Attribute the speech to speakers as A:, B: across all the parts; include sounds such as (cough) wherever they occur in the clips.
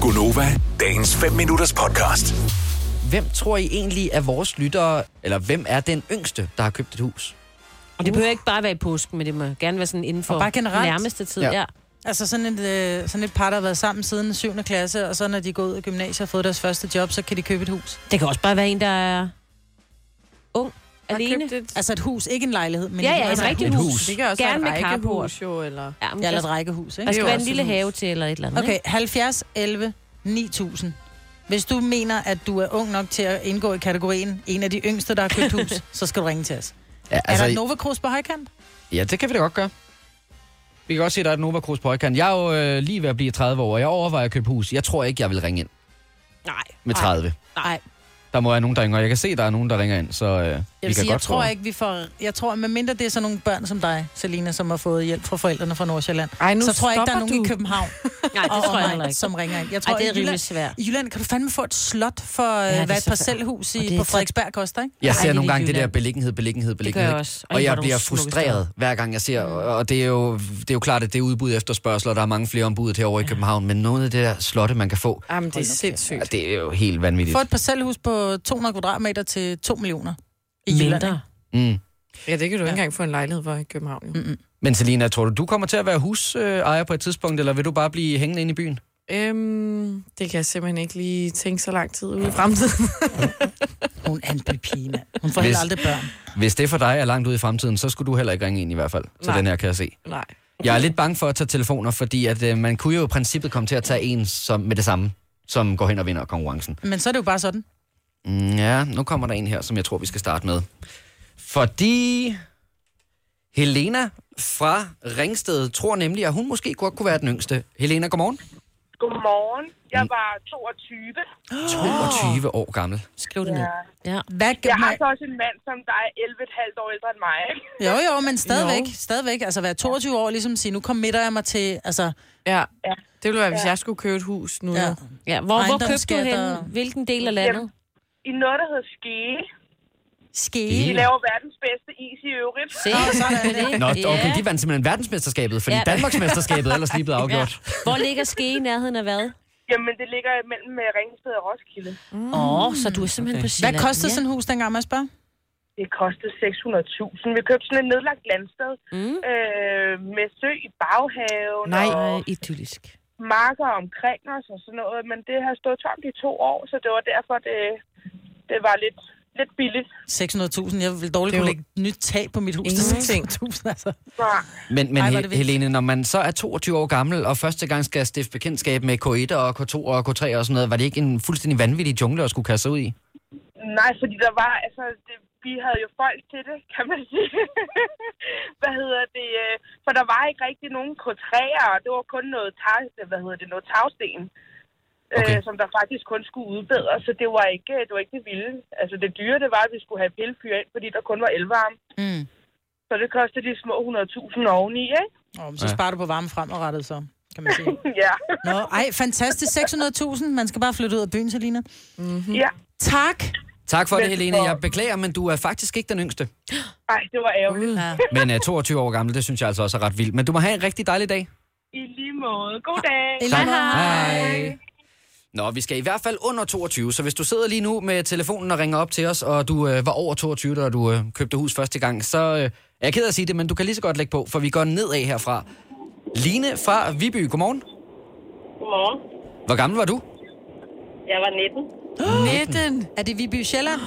A: Gunova, dagens 5 minutters podcast.
B: Hvem tror I egentlig er vores lyttere, eller hvem er den yngste, der har købt et hus?
C: Og det behøver ikke bare være i påsken, men det må gerne være sådan inden for
D: Og bare generelt.
C: nærmeste tid.
B: Ja.
C: Ja. ja.
D: Altså sådan et, øh, sådan et par, der har været sammen siden 7. klasse, og så når de går ud af gymnasiet og fået deres første job, så kan de købe et hus.
C: Det kan også bare være en, der er ung,
E: Har
C: alene.
E: købt et,
D: Altså et hus, ikke en lejlighed, men
C: Ja,
D: et,
C: ja,
D: altså,
C: et rigtigt
B: et
C: hus.
B: hus.
E: det kan også
C: Gerne
E: være
C: med
E: et
C: carport.
E: rækkehus, jo, eller...
C: Ja, men
D: Ja, eller
C: der,
D: et rækkehus,
C: der
D: ikke?
E: Det er
C: skal
E: jo
C: være en
E: også
C: lille
E: et hus.
C: have til eller et eller andet.
D: Okay, 70, 11, 9000. Hvis du mener, at du er ung nok til at indgå i kategorien en af de yngste, der har købt hus, (laughs) så skal du ringe til os.
B: Ja,
D: Altså, er der et Nova Cruz på højkant?
B: ja, det kan vi da godt gøre. Vi kan godt se, at der er et Nova Cruz på højkant. Jeg er jo øh, lige ved at blive 30 år, og jeg overvejer at købe hus. Jeg tror ikke, jeg vil ringe ind
C: Nej.
B: med 30. Nej.
D: Nej.
B: Der må være nogen, der ringer. Jeg kan se, at der er nogen, der ringer ind, så øh, jeg vi
D: Jeg
B: kan
D: vil sige,
B: godt
D: jeg tror
B: få-
D: ikke, vi får... Jeg tror, medmindre det er sådan nogle børn som dig, Selina, som har fået hjælp fra forældrene fra Nordsjælland,
E: Ej, nu
D: så tror jeg ikke, der er
E: stopper
D: nogen du. i
E: du.
D: (laughs) København
C: Nej, det
D: og
C: tror jeg
D: omegn,
C: heller ikke.
D: som ringer ind. Jeg tror,
C: Ej, det er
D: i Jylland,
C: rimelig svært.
D: I Jylland kan du fandme få et slot for ja,
C: det er
D: hvad et
C: så
D: parcelhus
C: Og
D: i,
C: det er
D: på
C: så-
D: Frederiksberg koster, ikke?
B: Jeg
C: Ej,
B: ser
C: lille
B: nogle gange det der
C: Jylland.
B: belæggenhed, belæggenhed,
C: Det gør
B: belæggenhed.
C: jeg
B: ikke?
C: også.
B: Og
C: hvor er
B: jeg
C: der
B: bliver
C: nogle smukke
B: frustreret, hver gang jeg ser, og og det er jo, det er jo klart, at det er udbud efterspørgsel, og der er mange flere ombud herovre i København, men noget af det der slotte, man kan få,
E: Jamen, det er
B: ja,
E: sindssygt.
B: det er jo helt vanvittigt.
D: Få et parcelhus på 200 kvadratmeter til 2 millioner i
C: steder.
D: Jylland.
C: Mindre.
B: Mm.
E: Ja, det kan du ikke engang få en lejlighed for i København. Jo.
B: Men Selina, tror du, du kommer til at være husejer på et tidspunkt, eller vil du bare blive hængende inde i byen?
E: Øhm, det kan jeg simpelthen ikke lige tænke så lang tid ude i fremtiden. (laughs)
D: ikke? Hun er en lille pige, mand. Hun får
B: Hvis-
D: heller aldrig børn.
B: Hvis det for dig er langt ude i fremtiden, så skulle du heller ikke ringe ind i hvert fald, til
E: Nej.
B: den her kan jeg se.
E: Nej.
B: Jeg er lidt bange for at tage telefoner, fordi at, øh, man kunne jo i princippet komme til at tage en som, med det samme, som går hen og vinder konkurrencen.
D: Men så er det jo bare sådan.
B: Mm, ja, nu kommer der en her, som jeg tror, vi skal starte med. Fordi Helena fra Ringsted tror nemlig, at hun måske godt kunne være den yngste. Helena, godmorgen.
F: Godmorgen. Jeg
C: Mm.
F: var 22.
B: 22 år gammel.
C: Skriv det ned. Ja. altså,
D: Hvad
F: Jeg
D: gør
F: har
D: man?
F: så også en mand, som der er 11,5 år ældre end mig. ikke?
D: Jo, jo, men stadigvæk. Stadigvæk. Altså, være 22 år, ligesom sige, nu committer jeg mig til... Altså,
E: Ja. Det ville være, hvis jeg skulle købe et hus nu.
D: ja.
E: Ja.
C: ja. Hvor, hvor købte du
D: Ejendomsskatter.
C: hen? Hvilken del af landet?
F: I noget, der hedder Skege. De
D: Skele.
F: laver verdens bedste is i øvrigt.
C: Se.
D: (laughs)
B: Nå, okay,
C: Ja.
B: de vandt simpelthen verdensmesterskabet, fordi
C: Ja.
B: Danmarksmesterskabet er ellers lige
D: (laughs)
B: blevet
C: Ja.
B: afgjort.
C: Hvor ligger Ske i nærheden af hvad?
F: Jamen, det ligger mellem øh, Ringsted og Roskilde.
C: Åh, oh, så du er simpelthen okay. på Sjælland.
D: Hvad kostede sådan et hus dengang, må jeg spørge?
F: Det kostede 600.000. Vi købte sådan et nedlagt landsted
C: Mm.
F: øh, med sø i baghaven
E: Nej.
F: og
C: Ej, idyllisk.
F: marker omkring os og sådan noget. Men det har stået tomt i to år, så det var derfor, det, det var lidt, lidt billigt.
D: 600.000. Jeg vil dårligt kunne
E: Det er jo
D: lægge et nyt tag på mit hus.
E: ingenting.
D: (laughs) Det er 600.000, altså.
F: Så
B: Men, men
D: Ej,
B: Ej,
D: hvor er det
B: He-
D: vildt.
B: Helene, når man så er 22 år gammel, og første gang skal stifte bekendtskab med K1 og K2 og K3 og sådan noget, var det ikke en fuldstændig vanvittig jungle at skulle kaste sig ud i?
F: Nej, fordi der var, altså, det, vi havde jo folk til det, kan man sige. (laughs) hvad hedder det? øh, For der var ikke rigtig nogen kotræer, og det var kun noget, tag, øh, hvad hedder det, noget tagsten, okay.
B: Okay.
F: øh, som der faktisk kun skulle udbedres, så det var ikke øh, det, var ikke det vilde. Altså det dyre, det var, at vi skulle have pillefyr ind, fordi der kun var elvarme.
D: Mm.
F: Så det kostede de små 100.000 oveni, ikke? (laughs)
D: Oh, så
B: Ja.
D: sparer du på varme fremadrettet, så kan man sige.
F: ja.
D: Nå, ej, fantastisk. 600.000. Man skal bare flytte ud af byen, Selina.
F: ja.
D: Tak.
B: Tak for det,
F: Velbekomme.
B: Helene. Jeg beklager, men du er faktisk ikke den yngste.
F: Ej, det var
E: Mhm.
F: ærgerligt.
D: Ja.
B: Men uh, 22 år gammel, det synes jeg altså også er ret vildt. Men du må have en rigtig dejlig dag.
F: I lige måde. God dag.
D: Hej,
B: Hej. Nå, vi skal i hvert fald under 22, så hvis du sidder lige nu med telefonen og ringer op til os, og du øh, var over 22, da du øh, købte hus første gang, så øh, er jeg ked af at sige det, men du kan lige så godt lægge på, for vi går nedad herfra. Line fra Viby, godmorgen.
F: Godmorgen.
B: Hvor gammel var du?
F: Jeg var 19.
E: 19.
D: Er det Viby Sjælland?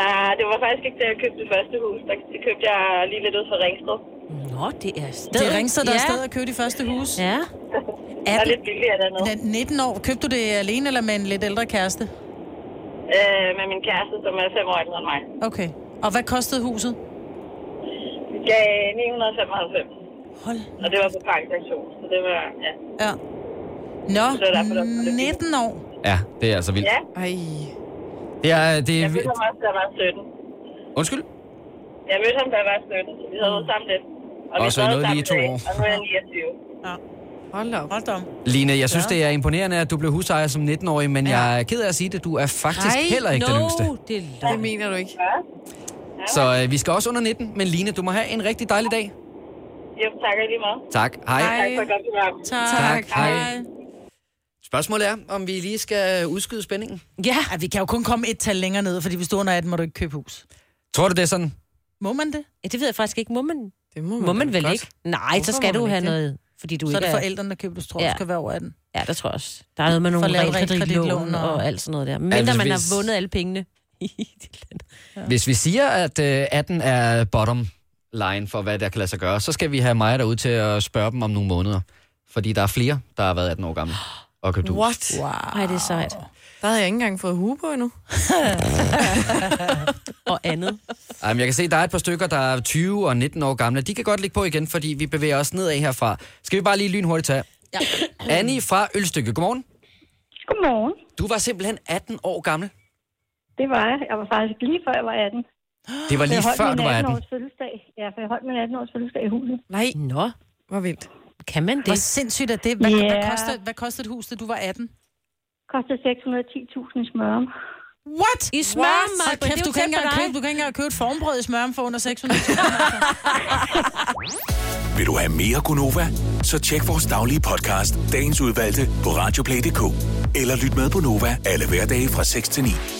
F: Nej, det var faktisk ikke, da jeg købte det første hus. Der det købte jeg lige lidt ud fra Ringsted.
C: Nå, det er stedet.
D: Det er Ringsted, der
C: ja.
D: er stadig at købe de første hus.
C: Ja.
F: Der
D: Er
F: er lidt billigere dernede.
D: den 19 år. Købte du det alene eller med en lidt ældre kæreste?
F: Øh, med min kæreste, som er fem år ældre end mig.
D: Okay. Og hvad kostede huset?
F: Vi gav 995,
D: Hold.
F: og det var på parkpension. Så det var, ja.
D: Ja.
F: Så er der derfor, der er
D: Nå,
F: lidt
D: 19 år.
B: Ja, det er altså vildt.
F: Ja.
E: Ej.
B: Det er, det
F: Jeg
B: er,
F: mødte ham også, da jeg var 17.
B: undskyld?
F: Jeg mødte ham, da jeg var 17, så vi havde været sammen lidt. vi
B: Og så I
F: sad
B: nåede lige
F: sammen
B: i to
F: lidt,
B: år.
F: Og nu er jeg 29.
E: Hold op.
D: Hold da om.
B: Line, jeg synes, det er imponerende, at du blev husejer som 19-årig, men jeg er ked af at sige det, du er faktisk
E: Ej,
B: heller ikke
C: no,
B: den yngste.
C: det er løgn.
E: Det mener du ikke.
B: Så øh, vi skal også under 19, men Line, du må have en rigtig dejlig dag.
F: Jeg takker lige meget.
B: Tak, hej.
E: Hej.
F: Tak for et godt program.
D: Tak.
B: Tak. Hej. Spørgsmålet er, om vi lige skal udskyde spændingen.
C: Ja,
D: Ej, vi kan jo kun komme et tal længere ned, fordi hvis du er under 18, må du ikke købe hus.
B: Tror du, det er sådan?
D: Må man det?
C: ja, det ved jeg faktisk ikke. Må man,
E: Det må man,
C: må man vel
B: Mm. godt.
C: ikke? Nej, så
E: Hvorfor
C: skal
E: må
C: du
E: man
C: have
E: ikke det?
C: noget, fordi du
D: Så er
C: ikke
D: det
C: er...
D: forældrene, der køber, du tror,
C: Ja.
D: du skal være over 18.
C: Ja, der tror jeg også. Der er noget med
D: For
C: nogle
D: at lave
C: realkreditlån
D: realkreditlån og-
C: og alt sådan noget der.
B: Altså,
C: Mindre man
B: hvis-
C: har vundet alle pengene. Det er
B: Hvis vi siger, at øh, 18 er bottom line for, hvad der kan lade sig gøre, så skal vi have mig derude til at spørge dem om nogle måneder. Fordi der er flere, der har været 18 år gamle og købt hus.
E: What?
D: Wow.
C: Ej, det er sejt.
E: Der havde jeg ikke engang fået hue på endnu.
C: Og andet.
B: Jamen, jeg kan se, der er et par stykker, der er 20 og 19 år gamle. De kan godt ligge på igen, fordi vi bevæger os nedad herfra. Skal vi bare lige lynhurtigt tage? Ja. Annie fra Ølstykke, godmorgen.
G: Godmorgen.
B: Du var simpelthen 18 år gammel.
G: Det var jeg. Jeg var faktisk lige før jeg var 18.
B: Det var
G: For
B: lige
G: jeg holdt
B: før
G: min
B: du var 18.
G: 18-års fødselsdag. Ja, for jeg holdt min 18-års fødselsdag i huset.
E: Nej,
C: Nå,
E: hvor vildt.
C: kan man
D: Hvor
C: det?
D: sindssygt er det? Hvad, yeah.
G: Ja.
D: hvad, koster, hvad koster et hus, da du var 18?
G: Kostede 610.000 smøre.
D: What?
C: I smør, Maja,
D: Kæft,
C: det er
D: du
C: jo tæt
D: kan, ikke
C: på
D: engang
C: dig.
D: købe, du kan ikke engang købe et formbrød i smøren for under 600.
C: (laughs)
A: Vil du have mere Gunova? Så tjek vores daglige podcast, dagens udvalgte, på radioplay.dk. Eller lyt med på Nova alle hverdage fra 6 til 9.